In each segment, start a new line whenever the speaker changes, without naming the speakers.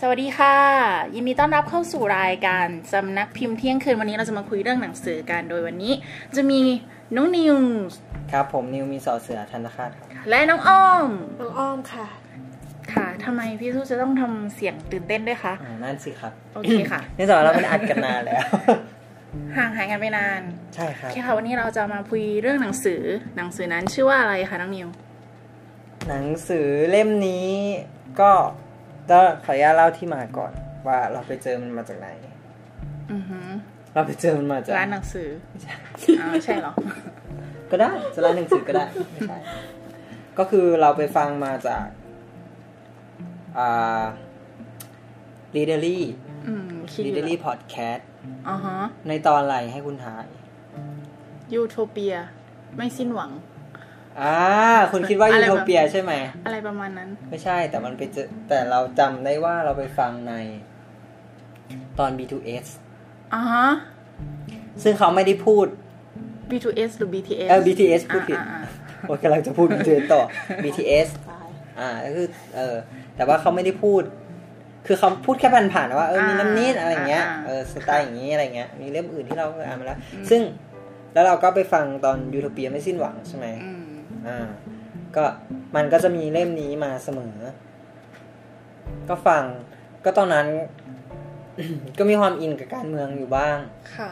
สวัสดีค่ะ ยินดีต้อนรับเข้าสู่รายการสำนักพิมพ์เที่ยงคืนวันนี้เราจะมาคุยเรื่องหนังสือกันโดยวันนี้ จะมีน้องนิวส์
ครับผมนิวมีสอเสือธนคาตครับ
และน้องอ้อม
น้องอ้อมค่ะ
ค่ะทำไมพี่สู้จะต้องทำเสียงตื่นเต้นด้วยคะ
อ่านั่นสิครับ
โอเคค่ะ
นี่สอนเราเป็นอัดกันนานแล้ว
ห่างหายกันไปนาน
ใช่ค
โอ
รับ
เคค่ะวันนี้เราจะมาคุยเรื่องหนังสือหนังสือนั้นชื่อว่าอะไรคะน้องนิว
หนังสือเล่มนี้ก็ต้องขออนุญาตเล่าที่มาก่อน ว่าเราไปเจอมันมาจากไหน
อือหือ
เราไปเจอมันมาจาก
ร้านหนังสืออ๋อใช่เหรอ
ก็ได้จะร้านหนังสือก็ได้ไม่ใช่ก็คือเราไปฟังมาจากอ่า r e a d e r y
อืมคิด
r
อ
e a
ยู่
d e r y
แล้ว
Podcast
อ๋อฮะ
ในตอนอะไรให้คุณทาย
ยูโทเปีย ไม่สิ้นหวัง
อ่าคุณคิดว่า
อะ
ยู
ไรแบบ
โทเปียใช่ไหม
อะไรประมาณนั้น
ไม่ใช่แต่มันไปเจอแต่เราจำได้ว่าเราไปฟังในตอน B2S
อ๋อฮะ
ซึ่งเขาไม่ได้พูด
B2S หรือ BTS
เออ BTS พูดผิด
อ่าอ่าอ่า
โอ้ยกำลังจะพูด BTS ต่อ BTS อ่าก็คือเออแต่ว่าเขาไม่ได้พูด คือเขาพูดแค่ผ่านๆนะว่าเออมีน้ำนิดอะไรอย่างเงี้ย
อ่าอ่า
เออสไตล์อย่างงี้อะไรเงี้ยมีเล่มอื่นที่เราอ่านมาแล้ว ซึ่งแล้วเราก็ไปฟังตอนยูโทเปียไม่สิ้นหวังใช่ไหม
อืม
อ่าก็มันก็จะมีเล่มนี้มาเสมอ ก็ฟังก็ตอนนั้น ก็มีความอินกับการเมืองอยู่บ้าง
ค่ะ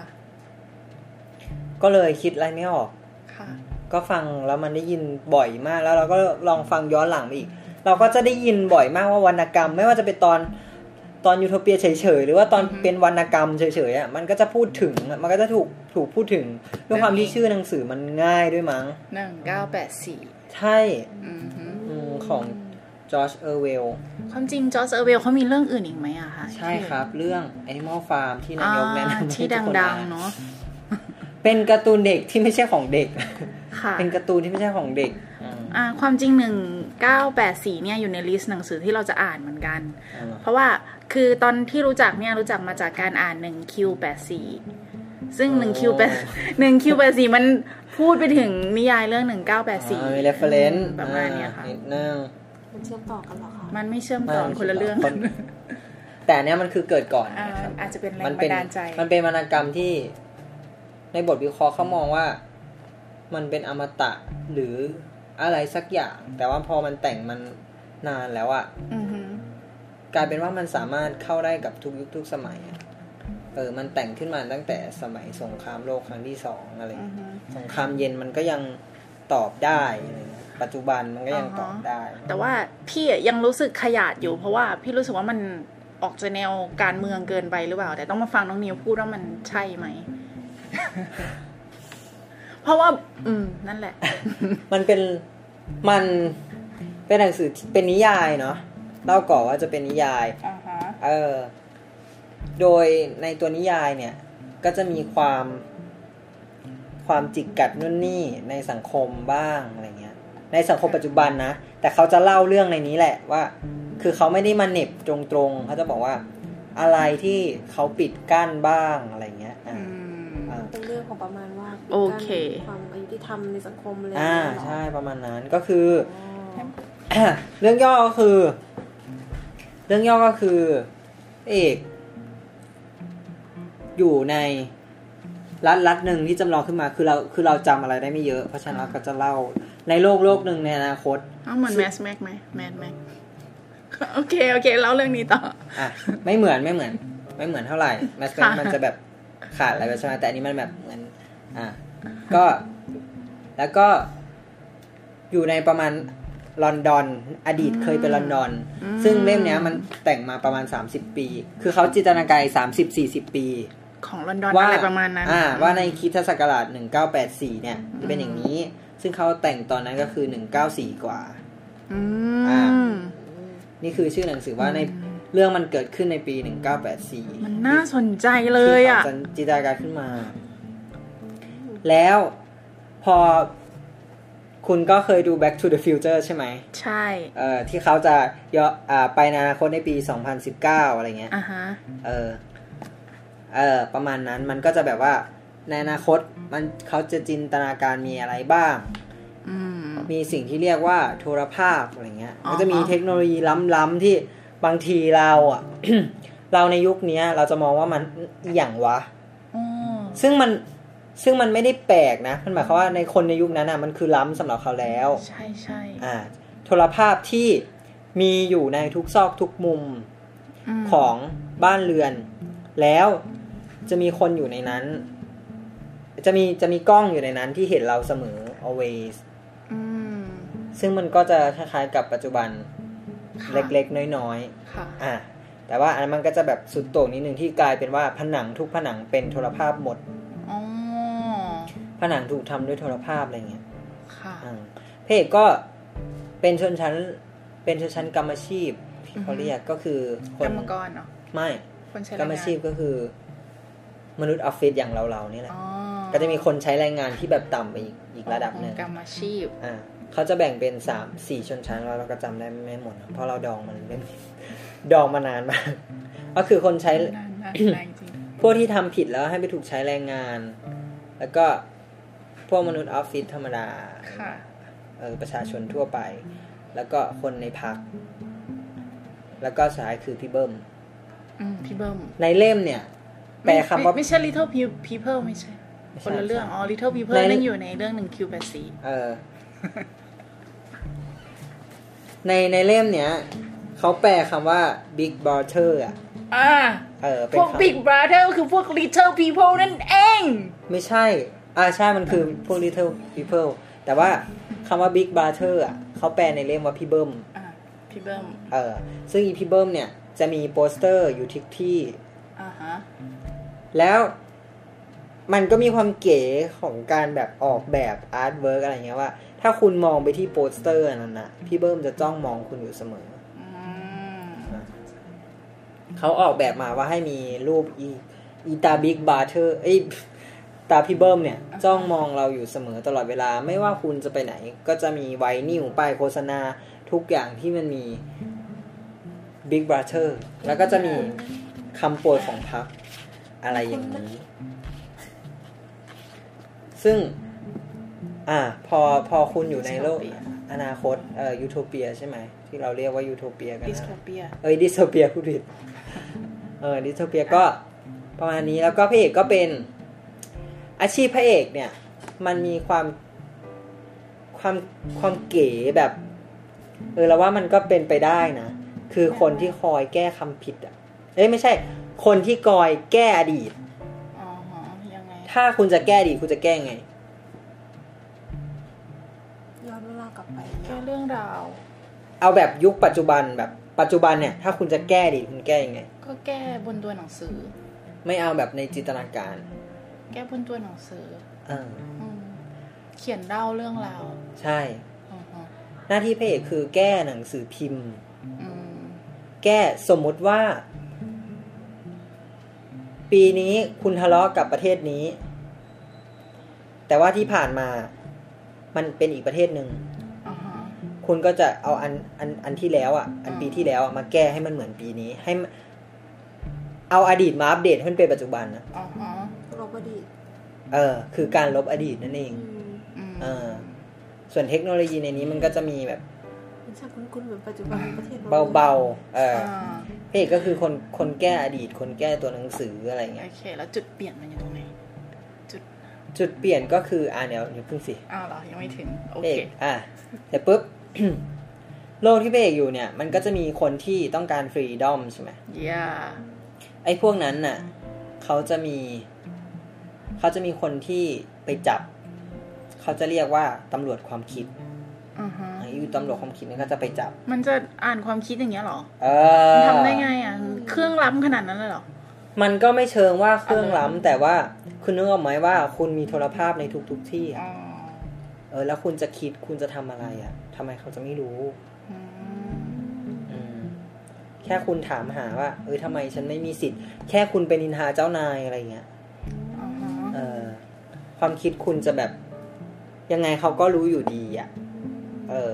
ก็เลยคิดอะไรไม่ออก
ค่ะ
ก็ฟังแล้วมันได้ยินบ่อยมาก แล้วเราก็ลองฟังย้อนหลังไปอีก เราก็จะได้ยินบ่อยมากว่าวรรณกรรม ไม่ว่าจะเป็นตอนตอนยูโทเปียเฉยๆหรือว่าตอน
อือฮึ
เป็นวรรณกรรมเฉยๆอ่ะมันก็จะพูดถึงอะมันก็จะถูกถูกพูดถึงด้วยความที่
แบบนี้
ชื่อหนังสือมันง่ายด้วยมั้ง
หนึ่งเก้าแปดสี่
ใช่
อืมฮึ
อืมของจอร์จเออร์เวล
ความจริงจอร์จเออร์เวลเขามีเรื่องอื่นอีกไหมอะคะ
ใช่ครับ เรื่อง Animal Farm ที่นา
อ่าย
กแนะนำ
ที่
ให้ทุกคน
ดัง
อ่า
ๆ
น
เนาะ
เป็นการ์ตูนเด็กที่ไม่ใช่ของเด็ก
ค่ะ
เป็นการ์ตูนที่ไม่ใช่ของเด็ก
อ่าความจริงหนึ่งเก้าแปดสี่เนี่ยอยู่ในลิสต์หนังสือที่เราจะอ่านเหมือนกัน
อ่า
เพราะว่าคือตอนที่รู้จักเนี่ยรู้จักมาจากการอ่านหนึ่งคิวแปดสี่ซึ่งหนึ่งคิวแปดหนึ่ง คิวแปดสี่มันพูดไปถึงนิยายเรื่องหนึ่งเก้าแปดสี่
อ่ามี reference
ประมาณเนี้ยค่ะ
อ่นิดนึง
มันเชื่อมต่อกันเหรอคะ
มันไม่เชื่อมต่อคนละเรื่อง
คนแต่เนี้ยมันคือเกิดก่อน
อ่า
นะครับ
อาจจะเป็นแรง
มั
บั
เป็น
นดาลใจ
มันเป็นวรรณกรรมที่ในบทวิเคราะห์เขามองว่า มันเป็นอมตะหรืออะไรสักอย่าง แต่ว่าพอมันแต่งมันนานแล้วอะ
อือหือก
ลายเป็นว่ามันสามารถเข้าได้กับทุกยุคทุกสมัยอะเออ มันแต่งขึ้นมาตั้งแต่สมัยสงครามโลกครั้งที่สองอะไร
อือหือ
สงครามเย็นมันก็ยังตอบได้อะไรเงี้ยปัจจุบันมันก็ยัง
อ่าฮะ
ตอบได้
แต่ว่าพี่อะยังรู้สึกขยาดอยู่ เพราะว่าพี่รู้สึกว่ามันออกจะแนวการเมืองเกินไปหรือเปล่า แต่ต้องมาฟังน้องนิวพูดว่ามันใช่ไหม เพราะว่า อืม นั่นแหละ
มันเป็นมันเป็นหนังสือที่เป็นนิยายเนาะเล่าก่อนว่าจะเป็นนิยาย
อ่าฮะ
เออ โดยในตัวนิยายเนี่ย ก็จะมีความความจิกกัดนู่นนี่ในสังคมบ้างอะไรเงี้ย ในสังคมปัจจุบันนะ แต่เขาจะเล่าเรื่องในนี้แหละว่า คือเขาไม่ได้มาเหน็บตรงๆเขาจะบอกว่า อะไรที่เขาปิดกั้นบ้างอะไรเงี้ย อ่า
อืม
อ่า
เป็นเรื่องของประมาณว่า
โอเค
การความอายุที่ทำในสังคมเลย
อ่าใช่ประมาณนั้นก็คือ
อ๋อ
เรื่องย่อก็คือ เรื่องย่อก็คือพระเอก อยู่ในรัฐรัฐหนึ่งที่จำลองขึ้นมา คือเราคือเราจำอะไรได้ไม่เยอะ เพราะฉะนั้นเราก็จะเล่าในโลกโลกหนึ่งในอนาคต
เอาเหมือนแมสแม็กไหมแมส แม็ก โอเค โอเคเล่าเรื่องนี้ต่อ
อ่ะ ไม่เหมือนไม่เหมือน ไม่เหมือนเท่าไหร่แมสแมน
ค่ะ
มันจะแบบขาดอะไรไปใช่ไหมแต่อันนี้มันแบบเหมือน อ่ะก็แล้วก็อยู่ในประมาณลอนดอน อดีตเคยเป็นลอนดอน ซึ่งเล่มเนี้ยมันแต่งมาประมาณ 30 ปี คือเขาจินตนาการ30 40 ปี
ของลอนดอน
ว่า
อะไรประมาณนั้น
อ่า ว่าในคริดศักราช1984 เนี่ยจะเป็นอย่างนี้ ซึ่งเขาแต่งตอนนั้นก็คือ 194 กว่า
อื
อ่า
ม
นี่คือชื่อหนังสือว่าในเรื่องมันเกิดขึ้นในปี 1984
มันน่าสนใจเลยอ่ะ
ที่ขาจินตนาการขึ้นมา แล้วพอคุณก็เคยดู Back to the Future ใช่ไหม
ใช่
เออที่เขาจะย้อนอ่าไปในอนาคตในปี 2019 อะไรเงี้ย
อ่าฮะ
เออ เออ ประมาณนั้นมันก็จะแบบว่า ในอนาคตมันเขาจะจินตนาการมีอะไรบ้าง
อืม
มีสิ่งที่เรียกว่าโทรภาพอะไรเงี้ย
อ๋อ
มันจะมีเทคโนโลยีล้ำๆที่ บางทีเราอ่ะ เราในยุคเนี้ย เราจะมองว่ามันอหย่างวะ
อ๋อ
ซึ่งมันซึ่งมันไม่ได้แปลกนะ มันหมายความว่าในคนในยุคนั้นอ่ะมันคือล้ำสำหรับเขาแล้ว
ใช่ใช่
อ่าโทรภาพที่มีอยู่ในทุกซอกทุกมุม
ม
ของบ้านเรือน แล้วจะมีคนอยู่ในนั้น จะมีจะมีกล้องอยู่ในนั้นที่เห็นเราเสมอ always
อืม
ซึ่งมันก็จะคล้ายๆกับปัจจุบัน
ค่ะ
เล็กๆ น้อย
ค่ะ
ๆอ่ะแต่ว่าอันนั้นมันก็จะแบบสุดโต่งนิดนึงที่กลายเป็นว่าผนังทุกผนังเป็นโทรภาพหมด
อ๋อ
ผนังถูกทำด้วยโทรภาพอะไรเงี้ย
ค่ะ
อ่าพระเอกก็เป็นชนชั้น เป็นชนชั้นกรรมอาชีพที่เขาเรียกก็คือ ค
กร
น
รมกรเนาะ
ไม่
คนใช้
กรง
แงาร น
มอาชีพก็คือ มนุษย์ออฟฟิศอย่างเราๆนี่แหละ
อ๋อ
ก็จะมีคนใช้แรงงานที่แบบต่ำไปอีกอีกระดับหนึ่ง
กรรมอาชีพ
อ่าเขาจะแบ่งเป็นสามสี่ชนชั้นเราเราก็จำได้ไม่หมดนะเพราะเราดองมันเล่น ดองมานานมากก็คือคนใช้
นานมากนานจริง
พวกที่ทำผิดแล้วให้ไปถูกใช้แรงงาน แล้วก็พวกมนุษย์ออฟฟิศธรรมดา
ค่ะ
เออประชาชนทั่วไป แล้วก็คนในพัก แล้วก็สุดท้ายคือพี่เบิ้ม
อืมพี่เบิ้ม
ในเล่มเนี่ย แปลคำว่า
ไม่ไม่ไม่ใช่ little Pe- people ไม่ใช่
ไม่ใช่
คนละเรื่อง อ๋อ little people
ใน
นั่นอยู่ในเรื่องหนึ่งคิวแปดสี่
เออ ในในเล่มเนี่ย เขาแปลคำว่า big brother อ่ะ
อ่า
เออ เป็
พ
น
วก
ค
big brother คือพวก little people นั่นเอง
ำไม่ใช่ อ่าใช่ มันคือพวก little people แต่ว่าคำว่า big brother อ่ะ เขาแปลในเล่มว่าพี่เบิ้ม
อ่า พี่เบิ้ม
เออซึ่งอีพีเบิ้มเนี่ย จะมีโปสเตอร์อยู่ทุกที่
อ่าฮะ
แล้วมันก็มีความเก๋ของการแบบออกแบบอาร์ตเวิร์กอะไรเงี้ยว่า ถ้าคุณมองไปที่โปสเตอร์นั้นนะพี่เบิ้มจะจ้องมองคุณอยู่เสมอ
อืม
เขาออกแบบมาว่าให้มีรูปอีอีตาบิ๊กบาร์เทอร์ไอยตาพี่เบิ้มเนี่ย จ้องมองเราอยู่เสมอตลอดเวลาไม่ว่าคุณจะไปไหน ก็จะมีไวนิวป้ายโฆษณาทุกอย่างที่มันมีบิ๊กบาร์เทอร์แล้วก็จะมีคำโปรยของพัก อะไรอย่างนี้ ซึ่ง อ่า พอพอคุณอยู่ในโลก
Dystopia
อนาคตเอ่อยูโทเปียใช่ไหม ที่เราเรียกว่ายูโทเปียกันนะ
dystopia
เอ้ยดิสโทเปียพูดผิด เออดิสโทเปียก็ประมาณนี้แล้วก็พระเอกก็เป็น อาชีพพระเอกเนี่ย มันมีความความความเก๋แบบ เออแล้วว่ามันก็เป็นไปได้นะ คือคนที่คอยแก้คำผิดอ่ะ เอ้ยไม่ใช่ คนที่คอยแก้อดีต
อ๋อฮะยังไง
ถ้าคุณจะแก้อดีตคุณจะแก้ไง
ย้อนเวลากลับไป
แค่เรื่องราว
เอาแบบยุคปัจจุบันแบบปัจจุบันเนี่ย ถ้าคุณจะแก้อดีตคุณแก้ยังไง
ก็แก้บนตัวหนังสือ
ไม่เอาแบบในจินตนาการ
แก้บนตัวหนังสือ
อ่า
อืมเขียนเล่าเรื่องราว
ใช่
อ๋อฮะ
หน้าที่พระเอกคือแก้หนังสือพิมพ์
อืม
แก้สมมุติว่า ปีนี้คุณทะเลาะกับประเทศนี้ แต่ว่าที่ผ่านมา มันเป็นอีกประเทศหนึ่ง
อ่าฮะ
คุณก็จะเอาอันอันอันที่แล้วอ่ะ อัน
อืม
ปีที่แล้วอะมาแก้ให้มันเหมือนปีนี้ ให้มันเอาอดีตมาอัปเดตให้มันเป็นปัจจุบันนะ
อ๋อฮะ
รบอดีต
เออ คือการลบอดีตนั่นเอง
อืม
อืม
เออ ส่วนเทคโนโลยีในนี้มันก็จะมีแบบ
มันช่างคุ้นๆเหมือนปัจจุบันประเทศ
เบาๆเออ
อ่า
พระเอกก็คือคนคนแก้อดีต คนแก้ตัวหนังสืออะไรเงี้
โอย เค แล้วจุดเปลี่ยนมันอยู่ตรงไหน
จุดเปลี่ยนก็คืออ่าเดี๋ยวเดี๋ยวพึ่งสิ
อ้าวเหรอ ยังไม่ถึง โอ
พระเอ
เค
กอ่ะเดี๋ยวปุ๊บ โลกที่พระเอกอยู่เนี่ย มันก็จะมีคนที่ต้องการฟรีดอมใช่ไหม
เย่า
ไอ้พวกนั้นน่ะเขาจะมี เขาจะมีคนที่ไปจับ เขาจะเรียกว่าตำรวจความคิด
อือฮะ
อ่ะอยู่ตำรวจความคิดเนี่ยก็จะไปจับ
มันจะอ่านความคิดอย่างเงี้ยเหรอ
เอ
มัน
อ
ทำได้ไงอ่ะ เครื่องล้ำขนาดนั้นเลยเหรอ
มันก็ไม่เชิงว่าเครื่องล้ำแต่ว่าคุณนึกออกไหมว่า คุณมีโทรภาพในทุกๆทที่อ่ะ
อ๋อ
เออแล้วคุณจะคิดคุณจะทำอะไรอะ่ะทำไมเขาจะไม่รู้
อืม
อืม แค่คุณถามหาว่า เออทำไมฉันไม่มีสิทธิ์ แค่คุณเป็นนินทาเจ้านายอะไรเงี้ย
อ๋อฮะ
เออ ความคิดคุณจะแบบ ยังไงเขาก็รู้อยู่ดีอะ่ะ เออ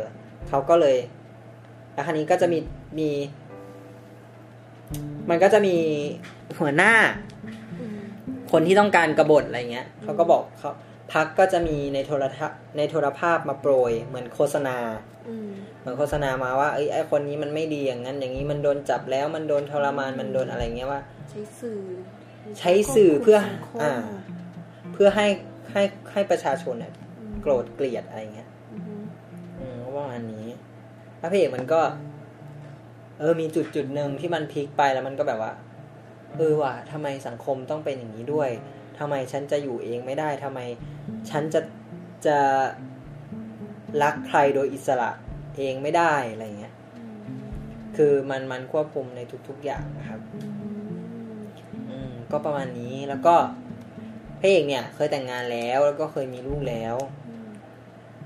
เขาก็เลย แล้วคราวนี้ก็จะมีมี มันก็จะมีหัวหน้า
อืม
คนที่ต้องการกบฏอะไรเงี้ยเขาก็บอกเขา พักก็จะมีในโทรทัศน์ในโทรภาพมาโปรย เหมือนโฆษณา
อืม
เหมือนโฆษณามาว่าเอ้ยไอคนนี้มันไม่ดีอย่างนั้น อย่างนี้มันโดนจับแล้วมันโดนทรมานมันโดนอะไรเงี้ยว่า
ใช้สื่อ
ใช้สื่อเพื่อ
สังคม
อ่า เพื่อให้ให้ให้ประชาชนเนี่ย
อืม
โกรธเกลียดอะไรเงี้ย
อืม
อืมก็ประมาณนี้แล้วพระเอกมันก็ เออ มีจุดจุดหนึ่งที่มันพลิกไปแล้วมันก็แบบว่า เออว่ะทำไมสังคมต้องเป็นอย่างนี้ด้วยทำไมฉันจะอยู่เองไม่ได้ทำไม ฉันจะจะรักใครโดยอิสระเองไม่ได้อะไรเงี้ย
อืม
คือมันมันควบคุมในทุก ๆ อย่างนะครับ
อืม
อืมก็ประมาณนี้แล้วก็พระเอกเนี่ย เคยแต่งงานแล้วแล้วก็เคยมีลูกแล้ว
อืม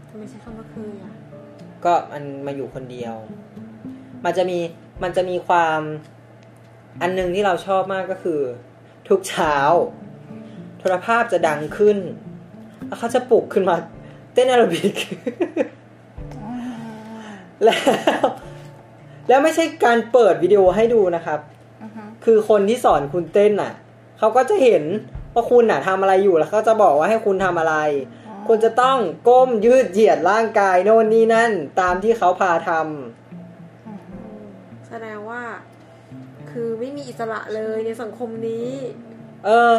ทำไมใช้คำว่าเคยอ่ะ
ก็มันมาอยู่คนเดียว มันจะมีมันจะมีความอันหนึงที่เราชอบมากก็คือ ทุกเช้า โทรภาพจะดังขึ้น แล้วเขาจะปลุกขึ้นมา เต้นแอโรบิก แล้ว แล้วไม่ใช่การเปิดวิดีโอให้ดูนะครับ
อือฮึ
คือคนที่สอนคุณเต้นน่ะ เขาก็จะเห็นว่าคุณน่ะทำอะไรอยู่แล้วเขาจะบอกว่าให้คุณทำอะไร คุณจะต้องก้มยืดเหยียดร่างกายโน่นนี่นั่น ตามที่เขาพาทำ
อืม
อืมแสดงว่า คือไม่มีอิสระเลยในสังคมนี้
เออ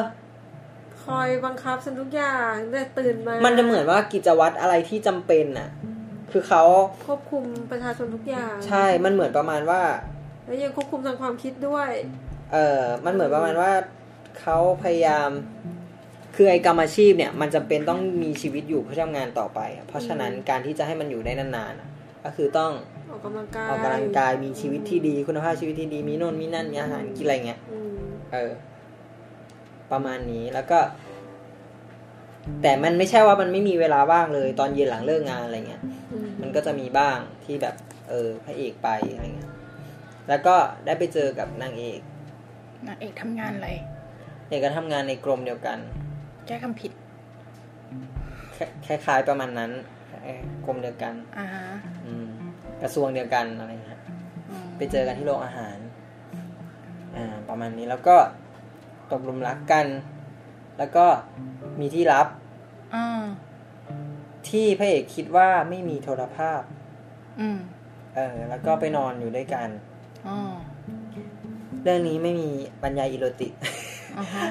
คอยบังคับฉันทุกอย่างแต่ตื่นมา
มั
มัน
จะเหมือนว่ากิจวัตรอะไรที่จำเป็นน่ะ คือเขา
ควบคุมประชาชนทุกอย่าง
ใช่ มันเหมือนประมาณว่า
แล้วยังควบคุมทางความคิดด้วย
เออมันเหมือนประมาณว่าเขาพยายาม คือไอ้กรรมอาชีพเนี่ย มันจำเป็นต้องมีชีวิตอยู่เพื่อทำงานต่อไปอะเพราะฉะนั้นการที่จะให้มันอยู่ได้นานๆอะก็คือต้อง
ออกกำลังกาย
ออกกำลังกายมีชีวิตที่ดี คุณภาพชีวิตที่ดีมีโน่นมีนั่นมีอาหารกินอะไรเงี้ย
อืม
เออ ประมาณนี้แล้วก็ แต่มันไม่ใช่ว่ามันไม่มีเวลาว่างเลย ตอนเย็นหลังเลิกงานอะไรเงี้ย
อืม
มันก็จะมีบ้างที่แบบ เออพระเอกไปอะไรเงี้ย แล้วก็ได้ไปเจอกับนางเอก
นางเอกทำงานอะไร
เอกก็ทำงานในกรมเดียวกัน
แก้คำผิด
คล้คล้ายๆประมาณนั้นเออกรมเดียวกัน
อ่าฮะ
อืม กระทรวงเดียวกันอะไรเงี้ย
อืม
ไปเจอกันที่โรงอาหาร อ่า ประมาณนี้แล้วก็ตกหลุมรักกัน แล้วก็มีที่ลับ
อ่า
ที่พระเอกคิดว่าไม่มีโทรภาพ
อืม
เออ แล้วก็ไปนอนอยู่ด้วยกัน
อ๋อ
เรื่องนี้ไม่มีบรรยายอีโรติ ก
อ่าฮะ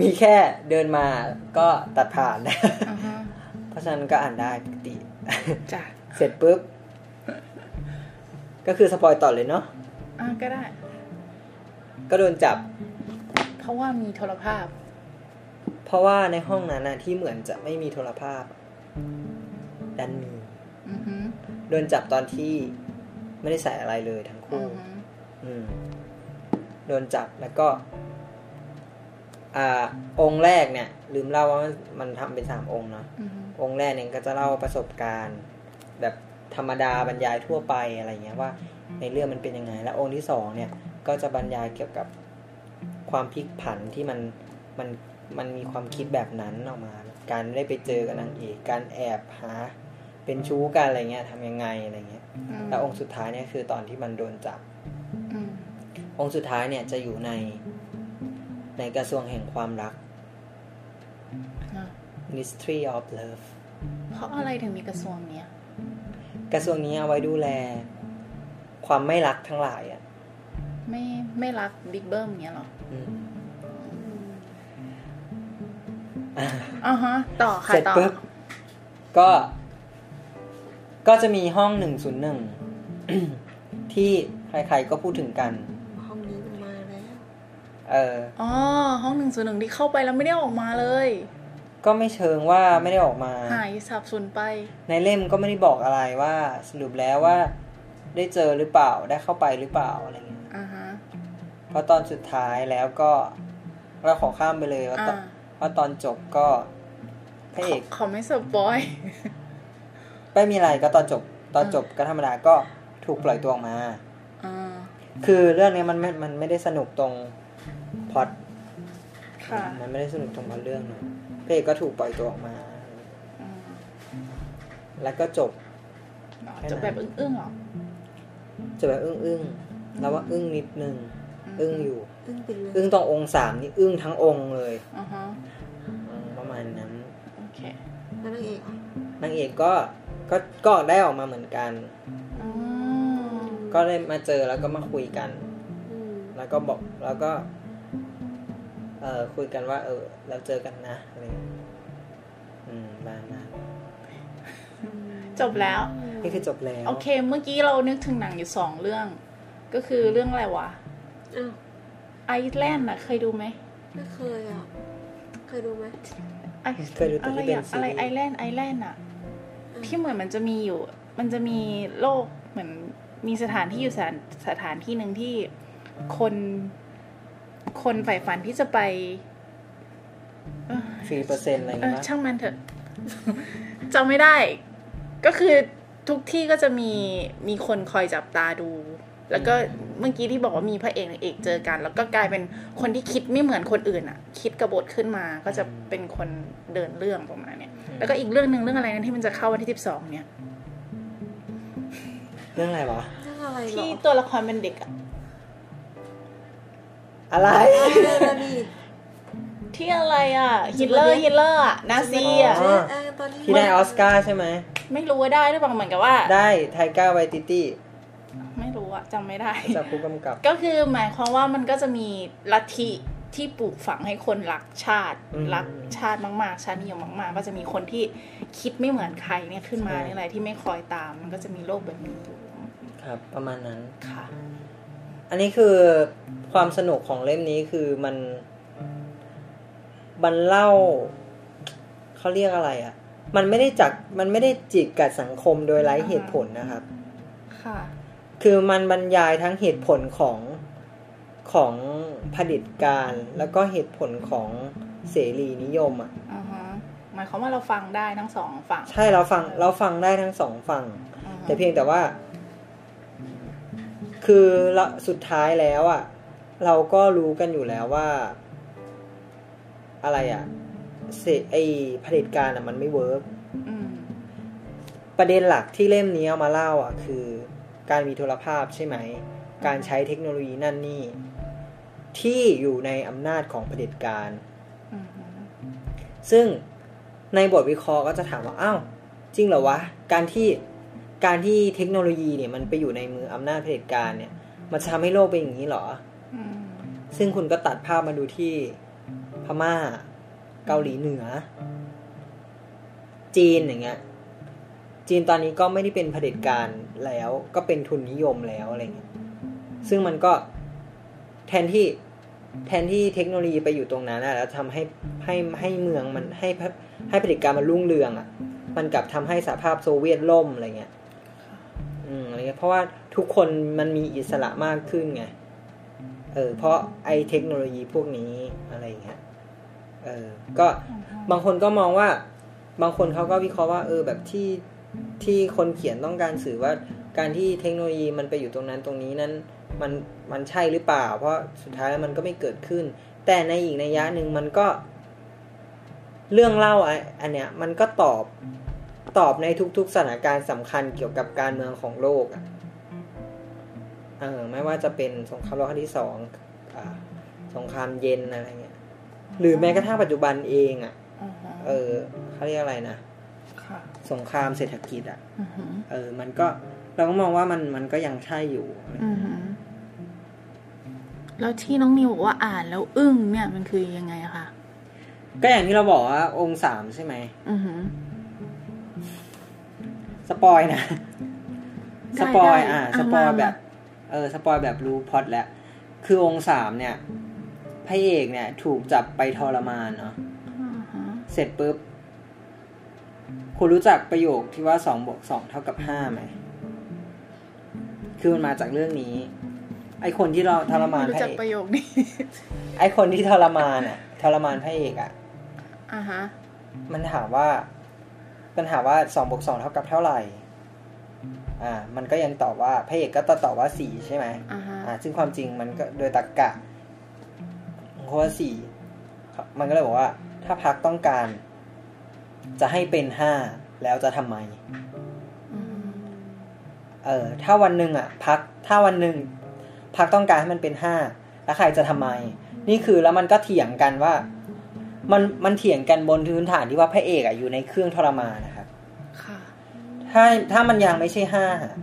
มีแค่เดินมาก็ตัดผ่าน
อ่าฮะ
เพราะฉะนั้นก็อ่านได้ปกติ
จ้ะ
เสร็จปุ๊บ ก็คือสปอยต่อเลยเนาะ
อ่าก็ได้
ก็โดนจับ
เพราะว่ามีโทรภาพ
เพราะว่าในห้องนั้นนะที่เหมือนจะไม่มีโทรภาพ ดันมี
อือฮึ
โดนจับตอนที่ไม่ได้ใส่อะไรเลยทั้ง
อื
คู่
อฮึ
อืม โดนจับแล้วก็ อ่า องค์แรกเนี่ย ลืมเล่าว่ามันมันทำเป็นสามองค์เนาะ
อือฮึ
องค์แรกเนี่ยก็จะเล่าประสบการณ์ แบบธรรมดาบรรยายทั่วไปอะไรเงี้ยว่า ในเรื่องมันเป็นยังไง แล้วองค์ที่สองเนี่ยก็จะบรรยายเกี่ยวกับความพลิกผันที่มันมันมันมีความคิดแบบนั้นออกมา การได้ไปเจอกับนางเอกการแอบหาเป็นชู้กันอะไรเงี้ยทำยังไงอะไรเงี้ยแล้วองค์สุดท้ายเนี่ยคือตอนที่มันโดนจับ
อืม
องค์สุดท้ายเนี่ยจะอยู่ในในกระทรวงแห่งความรัก
อ่า
Ministry of Love
เพราะอะไรถึงมีกระทรวงเนี้ย
กระทรวงนี้เอาไว้ดูแล ความไม่รักทั้งหลายอ่ะ
ไม่ไม่รักบิ๊กเบิ้มเนี้ยหรอ
อืม
อืม
อ่ะ
อ่าฮะ ต่อค่ะ
เสร็จ
ต่อ
ปุ๊บก็ ก็จะมีห้องหนึ่งศูนย์หนึ่ง ที่ใครๆก็พูดถึงกัน
ห้องนี้มันมาแล้ว
เออ
อ๋อ ห้องหนึ่งศูนย์หนึ่งที่เข้าไปแล้วไม่ได้ออกมาเลย
ก็ไม่เชิงว่าไม่ได้ออกมา
หายสับสูญไป
ในเล่มก็ไม่ได้บอกอะไรว่า สรุปแล้วว่า ได้เจอหรือเปล่าได้เข้าไปหรือเปล่าอะไรเงี้ย
อ่าฮะ
เพราะตอนสุดท้ายแล้วก็เราขอข้ามไปเลยว่าตอน
อ่า
ว่าตอนจบก็พระเอก
ขอไม่สปอย
ไม่มีอะไรก็ตอนจบตอนจบก็ธรรมดาก็ถูกปล่อยตัวออกมา
อ่า
คือเรื่องเนี้ยมันไม่มันไม่ได้สนุกตรงพล็อด
ค่ะ
มันไม่ได้สนุกตรงพล็อดเรื่องนะพระเอกก็ถูกปล่อยตัวออกมา
อืม
แล้วก็จบ
อ๋อจะแบบอึ้งๆเหรอ
จะแบบอึ้งอึ้งๆแล้วว่าอึ้งนิดนึงอึ้งอยู่
อึ้งไปเลย
อึ้งตรงองค์สามนี่อึ้งทั้งองค์เลย
อ่าฮะ
อืมประมาณ
เป็นนางเอกเหรอน
างเอกก็ก็ก็ได้ออกมาเหมือนกัน
อืม
ก็ได้มาเจอแล้วก็มาคุยกัน
อืม
แล้วก็บอกแล้วก็ เออคุยกันว่า เออ เราเจอกันนะอะไรอย่างเงี้ยอืมประมาณนั้น
จบแล้ว
นี่คือจบแล้ว
โอเค เมื่อกี้เรานึกถึงหนังอยู่สองเรื่อง ก็คือเรื่องอะไรวะ
อ้าว
ไอซ์แลนด์อะเคยดูไหม
ไม่เคยอ่ะ เคยดูไหม
ไอ
เคยดูแต่
อะไร
ที่เป็น
อะ
ซี
อะไร
รี
ไอ
ส์
แลนด์ไอแลนด์อะ
อ่ะ
ที่เหมือนมันจะมีอยู่ มันจะมีโลกเหมือนมีสถานที่อยู่สถานสถานที่หนึ่งที่คน คนใฝ่ฝันที่จะไป
ฟรีเปอร์เซ็นต์อะไรอย่าง
เอ
เงี้
อย
นะ
ช่างมันเถอะ จำไม่ได้ ก็คือทุกที่ก็จะมีมีคนคอยจับตาดู แล้วก็เมื่อกี้ที่บอกว่ามีพระเอกนางเอกเจอกัน แล้วก็กลายเป็นคนที่คิดไม่เหมือนคนอื่นอ่ะ คิดกบฏขึ้นมาก็จะเป็นคนเดินเรื่องประมาณเนี้ยแล้วก็อีกเรื่องหนึ่งเรื่องอะไรนั้นที่มันจะเข้าวันที่สิบสองเนี่ย
เรื่องอะไรวะ
เรื่องอะไรเหรอ
ที่ตัวละครเป็นเด็กอ่ะ
อะไร
เรื่องอะไรดี
ที่อะไรอ่ะฮิตเลอร์ฮิตเลอร์อ่ะนาซีอ่ะ
อ๋อ
เยตอนนี้
ที่ได้ออสการ์ใช่ไหม
ไม่รู้ว่าได้หรือเปล่าเหมือนกับว่า
ได้ไทก้าไวติตี้
ไม่รู้อ่ะจำไม่ได้
จากผู้กำกับ
ก็คือหมายความว่ามันก็จะมีลัทธิที่ปลูกฝังให้คนรักชาติ
อืม
รักชาติมากๆ ชาตินิยมมาก ๆ ก็จะมีคนที่คิดไม่เหมือนใครเนี่ยขึ้นมา
ใช่
หรืออะไรที่ไม่คอยตาม มันก็จะมีโลกแบบนี้อยู่
ครับ ประมาณนั้น
ค่ะ
อันนี้คือความสนุกของเล่มนี้คือมัน มันเล่า เขาเรียกอะไรอะ่ะ มันไม่ได้จักมันไม่ได้จิกกัดสังคมโดยไร้
อ่าฮะ
เหตุผลนะครับ
ค่ะ
คือมันบรรยายทั้งเหตุผลของของเผด็จการ แล้วก็เหตุผลของเสรีนิยมอ่ะ
อือฮะหมายความว่าเราฟังได้ทั้งสองฝั่ง
ใช่เราฟังเราฟังได้ทั้งสองฝั่ง
อือฮะ
แต่เพียงแต่ว่า คือละสุดท้ายแล้วอะเราก็รู้กันอยู่แล้วว่า อะไรอะเสไอเผด็จการอะมันไม่เวิร์ก
อืม
ประเด็นหลักที่เล่มนี้เอามาเล่าอะคือ การมีโทรภาพใช่ไหม การใช้เทคโนโลยีนั่นนี่ ที่อยู่ในอำนาจของเผด็จการ
อือฮะ
ซึ่งในบทวิเคราะห์ก็จะถามว่า อ้าว จริงเหรอวะ การที่ การที่เทคโนโลยีเนี่ยมันไปอยู่ในมืออำนาจเผด็จการเนี่ย มันจะทำให้โลกเป็นอย่างนี้เหรอ
อืม
ซึ่งคุณก็ตัดภาพมาดูที่พม่า เกาหลีเหนือ จีนอย่างเงี้ย จีนตอนนี้ก็ไม่ได้เป็นเผด็จการแล้ว ก็เป็นทุนนิยมแล้วอะไรเงี้ย ซึ่งมันก็แทนที่แทนที่เทคโนโลยีไปอยู่ตรงนั้นอะแล้วทำให้ให้ให้เมืองมันให้ให้เผด็จการมันรุ่งเรืองอะมันกลับทำให้สหภาพโซเวียตล่มอะไรเงี้ย อืมอะไรเงี้ย เพราะว่าทุกคนมันมีอิสระมากขึ้นไง เออเพราะไอเทคโนโลยีพวกนี้อะไรอย่างเงี้ย เออ ก็
อือฮะ
บางคนก็มองว่า บางคนเขาก็วิเคราะห์ว่า เออ แบบที่ที่คนเขียนต้องการสื่อว่าการที่เทคโนโลยีมันไปอยู่ตรงนั้นตรงนี้นั้น มันมันใช่หรือเปล่า เพราะสุดท้ายแล้วมันก็ไม่เกิดขึ้น แต่ในอีกในยะหนึ่งมันก็ เรื่องเล่าไอ้อันเนี้ย มันก็ตอบตอบในทุกๆสถานการณ์สำคัญเกี่ยวกับการเมืองของโลกอะ เออไม่ว่าจะเป็นสงครามโลกครั้งที่สองอาสงครามเย็นอะไรเงี้ย หรือแม้กระทั่งปัจจุบันเองอะ่ะ
อือฮะ
เออเขาเรียกอะไรนะ
ค่ะ
สงครามเศรษฐกิจอะ่ะ
อือฮะ
เออ มันก็เราก็มองว่ามันมันก็ยังใช่อยู่อะไร
อือฮะแล้วที่น้องนิวบอกว่าอ่านแล้วอึ้งเนี่ยมันคือยังไงอะคะ
ก็อย่างที่เราบอกว่าองค์สามใช่ไหม
อือฮะ
สปอยนะ
ได้
สปอย
ได้
อ่ะ
เอา
สปอย
มา
แบบ เออสปอยแบบรู้พล็อตแล้ว คือองค์สามเนี่ยพระเอกเนี่ย ถูกจับไปทรมานเนาะ
อือฮะ
เสร็จปุ๊บ คุณรู้จักประโยคที่ว่าสองบวกสองเท่ากับห้าไหม คือมันมาจากเรื่องนี้ ไอคนที่เราทรมานพ
รู้
ระ
จัก
เอก
ประโยคนี้
ไอคนที่ทรมานอ่ะทรมานพระเอกอ่ะ
อ่าฮะ
มันถามว่าปัญหามว่าสองบวกสองเท่ากับเท่าไหร่ อ่า มันก็ยังตอบว่าพระเอกก็ตอบว่าสี่ใช่ไหม
อ่าฮะ
อ่าซึ่งความจริงมันก็โดยตรรกกะเพราะว่าสี่มันก็เลยบอกว่า ถ้าพักต้องการ จะให้เป็นห้าแล้วจะทำไม เออ ถ้าวันหนึ่งอ่ะ พักถ้าวันหนึ่งพักต้องการให้มันเป็นห้าแล้วใครจะทำไม นี่คือแล้วมันก็เถียงกันว่า มันมันเถียงกันบนพื้นฐานที่ว่าพระเอกอะอยู่ในเครื่องทรมานนะครับ
ค่ะ
ถ้าถ้ามันยังไม่ใช่ห้าอะ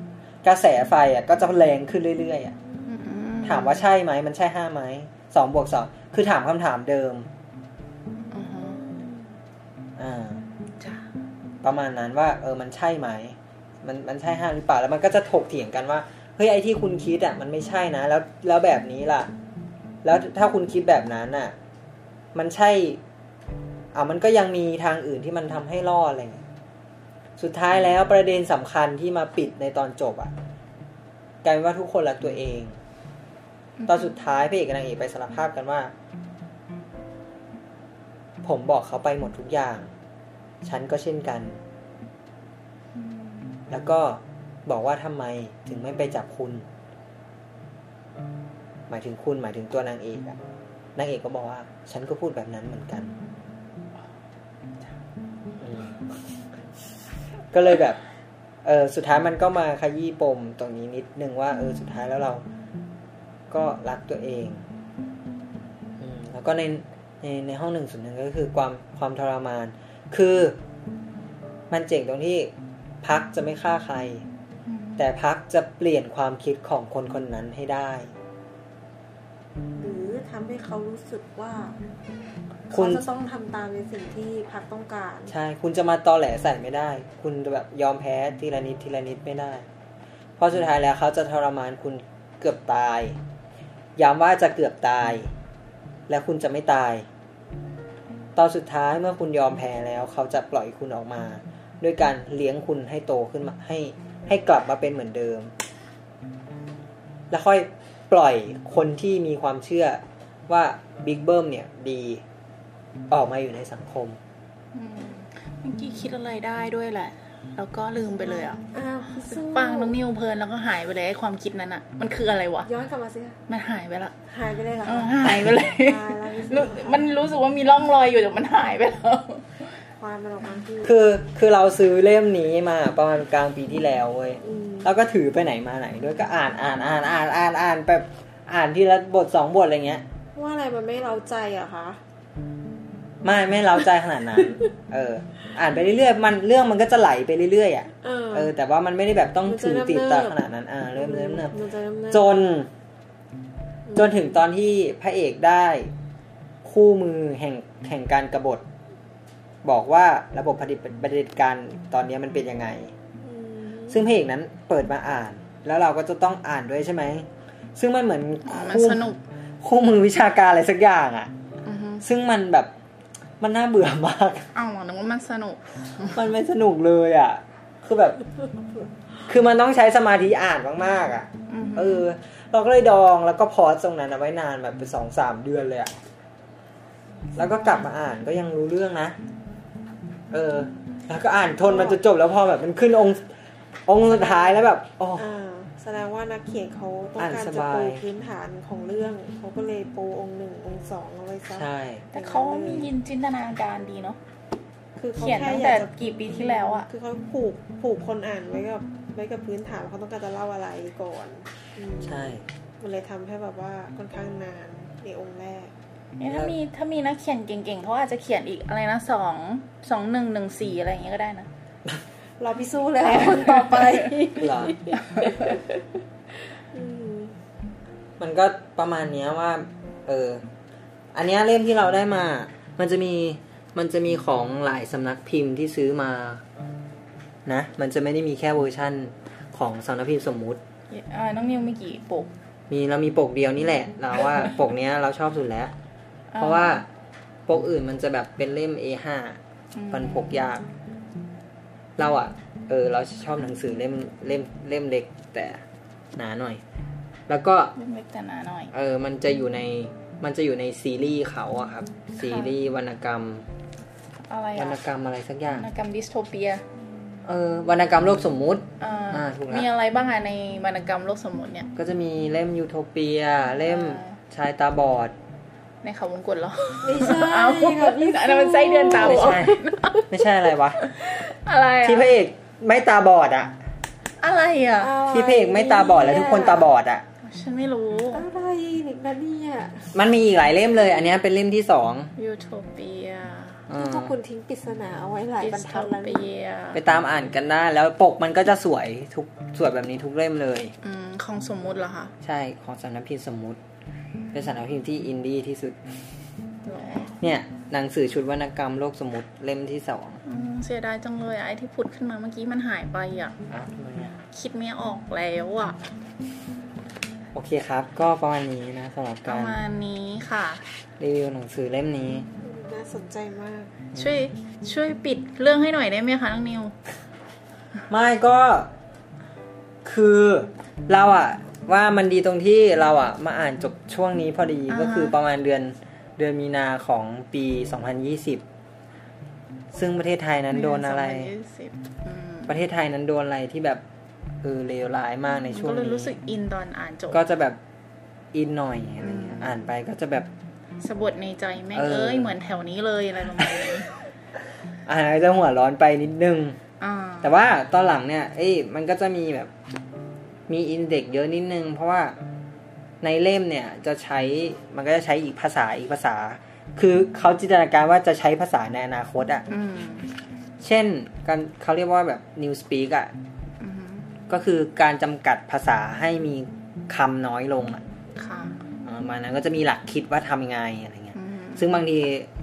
กระแสไฟอะก็จะแรงขึ้นเรื่อยๆอะ
อื
ถามว่าใช่ไหมมันใช่ห้าไหมสองบวกสองคือถามคำถามเดิม
อือฮะ
อ่า
จ้ะ
ประมาณนั้นว่า เออมันใช่ไหม มันมันใช่ห้าหรือเปล่าแล้วมันก็จะถกเถียงกันว่าเฮ้ยไอที่คุณคิดอ่ะ มันไม่ใช่นะ แล้วแล้วแบบนี้ล่ะ แล้วถ้าคุณคิดแบบนั้นอ่ะ มันใช่อ่ามันก็ยังมีทางอื่นที่มันทำให้รอดอะไรเงี้ยสุดท้ายแล้วประเด็นสำคัญที่มาปิดในตอนจบอ่ะกลายเป็นว่าทุกคนรักตัวเอง ตอนสุดท้ายพระเอกกับนางเอกไปสารภาพกันว่า ผมบอกเขาไปหมดทุกอย่าง ฉันก็เช่นกัน แล้วก็บอกว่าทำไมถึงไม่ไปจับคุณ หมายถึงคุณหมายถึงตัวนางเอกอะนางเอกก็บอกว่า ฉันก็พูดแบบนั้นเหมือนกันอืมก็เลยแบบ เออสุดท้ายมันก็มาขยี้ปมตรงนี้นิดนึงว่า เออสุดท้ายแล้วเรา ก็รักตัวเองอมแล้วก็ในในในห้องหนึ่งส่วนหนึ่งก็คือความความทรมาน คือ มันเจ๋งตรงที่พักจะไม่ฆ่าใคร
อืม
แต่พักจะเปลี่ยนความคิดของคนคนนั้นให้ได้
หรือทำให้เขารู้สึกว่า
คุณ
เขาจะต้องทำตามในสิ่งที่พักต้องการ
ใช่ คุณจะมาตอแหลใส่ไม่ได้ คุณจะแบบยอมแพ้ทีละนิดทีละนิดไม่ได้ เพราะสุดท้ายแล้วเขาจะทรมานคุณเกือบตาย ย้ำว่าจะเกือบตาย และคุณจะไม่ตาย ตอนสุดท้ายเมื่อคุณยอมแพ้แล้ว เขาจะปล่อยคุณออกมา ด้วยการเลี้ยงคุณให้โตขึ้นมาให้ ให้กลับมาเป็นเหมือนเดิม แล้วค่อยปล่อยคนที่มีความเชื่อว่าบิ๊กเบิ้มเนี่ยดีออกมาอยู่ในสังคม
อืมเมื่อกี้คิดอะไรได้ด้วยแหละ แล้วก็ลืมไปเลยอ่ะ
อ้าวพี่สู้
ฟังน้องนิวเพลินแล้วก็หายไปเลยไอ้ความคิดนั้นอ่ะ มันคืออะไรวะ
ย้อนกลับมาสิคะ
มันหายไปละ
หายไปเลยเหรอ
เอ
คะ
อหายไปเลย
ตายแล้วพี่สู้
รู้มันรู้สึกว่ามีร่องรอยอยู่แต่มันหายไปแล้ว
ความมันออกมาที่
คือคือเราซื้อเล่มนี้มาประมาณกลางปีที่แล้วเว้ย
ม
แล้วก็ถือไปไหนมาไหนด้วยก็อ่านอ่านอ่านอ่านอ่านอ่านแบบอ่านทีละบทสองบทอะไรเงี้ย
ว่าอะไรมันไม่เร้าใจเหรอะคะ
ไม่ไม่เราใจขนาดนั้น เออ อ่านไปเรื่อยๆมันเรื่องมันก็จะไหลไปเรื่อยๆอ่ะ
เออ
เออแต่ว่ามันไม่ได้แบบต้อง
มันจะ
ถือติด
เนิ
ตา
บๆ
ขนาดนั้นอ่าเริ่มเริ่มเริ่ม
มันจะเริ่มเนิบ
จน จนถึงตอนที่พระเอกได้ คู่มือแห่งแห่งการกบฏ บอกว่าระบบปฏิบัติประเผด็จการตอนเนี้ยมันเป็นยังไง
อืม
ซึ่งเพลงนั้นเปิดมาอ่าน แล้วเราก็จะต้องอ่านด้วยใช่ไหม ซึ่งมันเหมือน
มัน
คู่
สนุก
คู่มือวิชาการอะไรสักอย่างอะ่ะ
อือฮึ
ซึ่งมันแบบมันน่าเบื่อ มาก
เอ้าวนึกว่ามันสนุก
มันไม่สนุกเลยอะ่ะ คือแบบ คือมันต้องใช้สมาธิอ่านมากๆอะ่ะ
อือฮึ
เออ เราก็เลยดองแล้วก็พอสตรงนั้นเอาไว้นานแบบเป็นสองสามเดือนเลยอะ่ะ แล้วก็กลับมาอ่านก็ยังรู้เรื่องนะ เออ แล้วก็อ่านทนมันจะจบแล้วพอแบบมันขึ้นองค์องค์สุดท้ายแล้วแบบอ๋อ
อ่าแสดงว่านักเขียนเขาต้อง
อ่าน
การ
ส
จะ
บาย
ปูพื้นฐานของเรื่องเขาก็เลยปูองค์หนึ่งองค์สองเอาไว้ซะ
ใช่
แต่เขามียินจินตนาการดีเนาะ
คือเขา
เขียน
แค่
ตั้ง
อ
แต่
ยากจะ
กี่ปีที่แล้วอะ
คือเขาผูกผูกคนอ่านไว้กับไว้กับพื้นฐานว่าเขาต้องการจะเล่าอะไรก่อนอืม
ใช่
มันเลยทำให้แบบว่าค่อนข้างนานในองค์แรก
เนี่ยถ้ามีถ้ามีนักเขียนเก่งๆเขาอาจจะเขียนอีกอะไรนะสองสองหนึ่งหนึ่งสี่อะไรอย่างเงี้ยก็ได้นะ
เราพิสู้แล้วคนต่อไป
เหรอ
อืม
มันก็ประมาณเนี้ยว่า เออ อันเนี้ยเล่มที่เราได้มา มันจะมี มันจะมีของหลายสำนักพิมพ์ที่ซื้อมา นะ มันจะไม่ได้มีแค่เวอร์ชั่นของสำนักพิมพ์สมมุติ
อ่าน้องนิวมีกี่ปก
มีเรามีปกเดียวนี่แหละ เราว่า ปกเนี้ยเราชอบสุดแล้ว เพราะว่าปกอื่นมันจะแบบเป็นเล่ม A5
อืม
มันพกยาก เราอะเออ เราชอบหนังสือเล่มเล่มเล่มเล็ก แต่หนาหน่อย แล้วก็
เล่มเล็กแต่หนาหน่อย
เออ มันจะอยู่ใน มันจะอยู่ในซีรีส์เขาอะครับ ซีรีส์วรรณกรรม
อะไร
วร
อะ
รณกรรมอะไรสักอย่าง
วรรณกรรมดิสโทเปีย
เออ วรรณกรรมโลกสมมุติ
อ่า
อ่าถูกละ
มีอะไรบ้างอะในวรรณกรรมโลกสมมติเนี่ย
ก็จะมีเล่มยูโทเปีย เล่ม
อ่
ชายตาบอด
ในเขาวงกตเหรอ
ไม่ใช่
เอา
ค่ะพี่
อันนั้นมันไส้เดือนตาบ
ไม่
อด
ใช่ ไม่ใช่อะไรวะ
อะไรอะ
ที่พระเอกไม่ตาบอดอะ
อะไรอะ
อะไร
ที่พระเอกไม่ตาบอดแล้วทุกคนตาบอดอะ
อ ฉันไม่รู้
อะไรเด็กนันเนี่ย
มันมีอีกหลายเล่มเลย อันเนี้ยเป็นเล่มที่สอง
ยูโทเปีย
อืม
พวกคุณทิ้งปริศนาเอาไว้หลาย
ดิ
บร
ส
ร
โท
ทัดแล้ว
เปี
นี่
ย
ไปตามอ่านกันได้ แล้วปกมันก็จะสวยทุกสวยแบบนี้ทุกเล่มเลย
อืมของสมมุติเหรอคะ
ใช่ของสำนักพิมพ์สมมุติ เป็นสำนักพิมพ์ที่อินดี้ที่สุด
หรอ
เนี่ยหนังสือชุดวรรณกรรมโลกสมมุติเล่มที่สอง
อืมเสียดายจังเลยอะไอ้ที่ผุดขึ้นมาเมื่อกี้มันหายไปอ่ะ
อ้าวทำไมอ่ะ
คิดไม่ออกแล้วอ่ะ
โอเคครับ ก็ประมาณนี้นะสำหรับ
ป
การ
ะ
ร
มาณนี้ค่ะ
รีวิวหนังสือเล่มนี้
น่าสนใจมาก
ช่วยช่วยปิดเรื่องให้หน่อยได้ไหมคะน้องนิว
ไม่ก็คือเราอะว่ามันดีตรงที่เราอะมาอ่านจบช่วงนี้พอดี
อ่าฮะ
ก็คือประมาณเดือนเดือนมีนาของปี 2020 ซึ่งประเทศไทยนั้นโดนอะไร
2020อืม
ประเทศไทยนั้นโดนอะไรที่แบบเออเลวร้ายมากในช่วง
ก็เลย
นี้
รู้สึกอินตอนอ่านจบ
ก็จะแบบอินหน่อยอะไรเงี้ย
อืม
อ่านไปก็จะแบบ
สะบดในใจแม่ง
เออ
เอ้ยเหมือนแถวนี้เลยอะไรประมาณนี้
อ่านแล้วจะหัวร้อนไปนิดนึง
อ่า
แต่ว่าตอนหลังเนี่ย เอ้ย มันก็จะมีแบบ มีอินเด็กเยอะนิดนึง เพราะว่าในเล่มเนี่ยจะใช้ มันก็จะใช้อีกภาษาอีกภาษา คือเขาจินตนาการว่าจะใช้ภาษาในอนาคตอะ่ะ
อืม
เช่นการเขาเรียกว่าแบบ new speak อะ่ะ
อืม
ก็คือการจำกัดภาษาให้มีคำน้อยลงอะ
ค่ะ
อ่ะมันนั้นก็จะมีหลักคิดว่าทำยังไงอะไรเงี้ย
อืม
ซึ่งบางที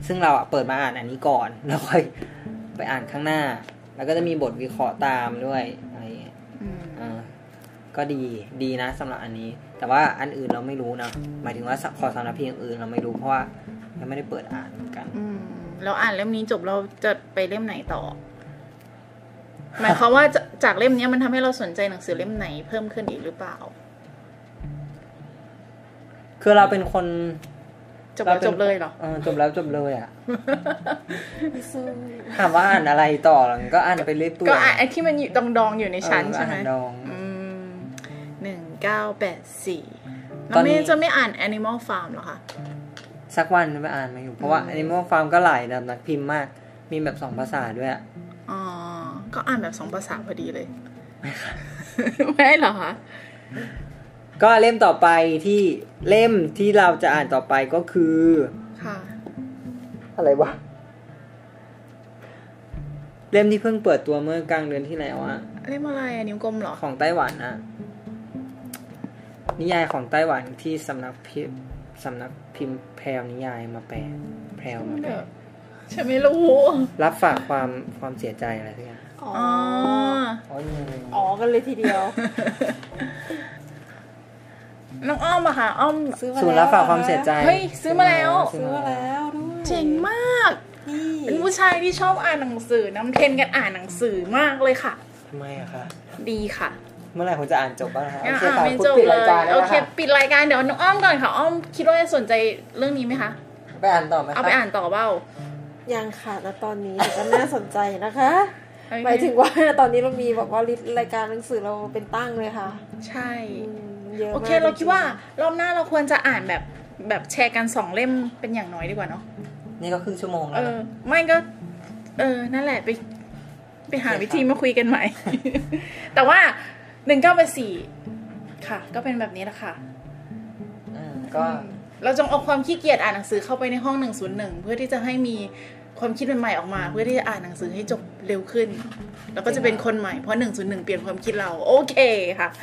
ซึ่งเราอะเปิดมาอ่านอันนี้ก่อน แล้วค่อยไปอ่านข้างหน้า แล้วก็จะมีบทวิเคราะห์ตามด้วยอะไรอย่างเงี้ย
อืม
อ่าก็ดีดีนะสำหรับอันนี้ แต่ว่าอันอื่นเราไม่รู้นะหมายถึงว่าขอสำนักพิมพ์อื่นเราไม่รู้เพราะว่ายังไม่ได้เปิดอ่านเหมือนกัน
อืมแล้วอ่านเล่มนี้จบเราจะไปเล่มไหนต่อ หมายความว่าจะจากเล่มเนี้ยมันทำให้เราสนใจหนังสือเล่มไหนเพิ่มขึ้นอีกหรือเปล่า
คือเราเป็นคน
จบแล้วจบเลยเหรอ
เออจบแล้วจบเลยอ่ะ
ไม่ซื้อ
ถามว่าอ่านอะไรต่อหรอก็อ่านไปเรื่อยเปื่
ก็
อย
อ่ะไอ้ที่มันอยู่ดองๆอยู่ในชั้นใช่ไหม
เอออ่านดอง
หนึ่งเก้าแปดสี่
ต
น้
อ
อน ง
นี้
เมย์จะไม่อ่าน Animal Farm เหรอคะ
สักวันไปอ่านมาอยู่เพราะว่า
อืม
Animal Farm ก็หลายสำนักพิมพ์มาก มีแบบสองภาษาด้วยอะ
อ๋อ ก็อ่านแบบสองภาษาพอดีเลย ไม่เหรอคะ
ก็เล่มต่อไปที่เล่มที่เราจะอ่านต่อไปก็คือ
ค่ะ
อะไรวะ เล่มที่เพิ่งเปิดตัวเมื่อกลางเดือนที่แล้วอะ
เล่มอะไรอะนิ้วกลมเหรอ
ของไต้หวันอะนิยายของไต้หวันที่สำนักพิมพ์สำนักพิมพ์แพรวนิยายมาแปลแพรวมาแปล
ฉันไม่รู้
รับฝากความความเสียใจอะไรสักอย่าง
อ๋อ
อ๋อ
อ๋อนี่เลย
อ๋อกันเลยทีเดียว
น้องอ้อมอะค่ะ อ้อม
ซื้อมา
ศูนย์
แล้
รั
ว
บฝากความเสียใจ
เฮ้ยซื้อมาแล้ว
ซื้
ซื้อ
อมา
มา
แล้ว
แล้วด้วย
เจ๋งมาก
นี่
เป็นผู้ชายที่ชอบอ่านหนังสือน้ำเทรนกันอ่านหนังสือมากเลยค่ะ
ทำไมอะคะ
ดีค่ะ
เมื่อไหร่ผมจะอ่านจบบ้างคะ
อ่ะ
โอเค
อ่าน
ค่ะ
ไม่
คุณ
จบ
ปิด
เล
ราย
ย
การแล้ว
โอ
นะ
เค
คะ
ปิดรายการเดี๋ยวน้องอ้อมก่อนค่ะ อ้อมคิดว่าจะสนใจเรื่องนี้ไหมคะ
ไปอ่านต่อไหมคะ
เอาไปอ่านต่อเปล่า
ยังค่ะนะตอนนี้แต่ก็น่าสนใจนะคะ
เอ้
หมายถึงว่าตอนนี้เรามีแบบว่าลิสต์รายการหนังสือเราเป็นตั้งเลยค่ะ
ใช่
อืมเยอะมาก
โอเค เราคิดว่ารอบหน้าเราควรจะอ่านแบบแบบแชร์กันสองเล่มเป็นอย่างน้อยดีกว่าเนาะ
นี่ก็ครึ่งชั่วโมง
เอ
แล้ว
อ
นะ
ไม่ก็ เออ นั่นแหละไป ไปหา
โอเคครับ
วิธีมาคุยกันใหม่ แต่ว่าหนึ่งเก้าไปสี่ค่ะ ก็เป็นแบบนี้แหละค่ะ
มก็
เราจงเอาความขี้เกียจอ่านหนังสือเข้าไปในห้องหนึ่งศูนย์หนึ่งเพื่อที่จะให้มีความคิดใหม่ๆออกมา เพื่อที่จะอ่านหนังสือให้จบเร็วขึ้น แล้วก็จะเป็นคนใหม่เพราะหนึ่งศูนย์หนึ่งเปลี่ยนความคิดเรา โอเคค่ะ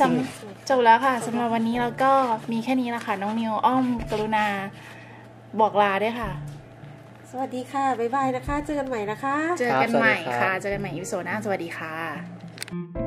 สำจบแล้วค่ะสำหรับวันนี้เราก็มีแค่นี้ละค่ะ น้องนิวอ้อมกรุณาบอกลาด้วยค่ะ
สวัสดีค่ะ บ๊ายบายนะคะ เจอกันใหม่นะคะ
เจอกัน
ครับสวัสดี
ใหม่
ครั
ค่ะ
บ
เจอกันใหม่อีพิโซดหน้าสวัสดีค่ะ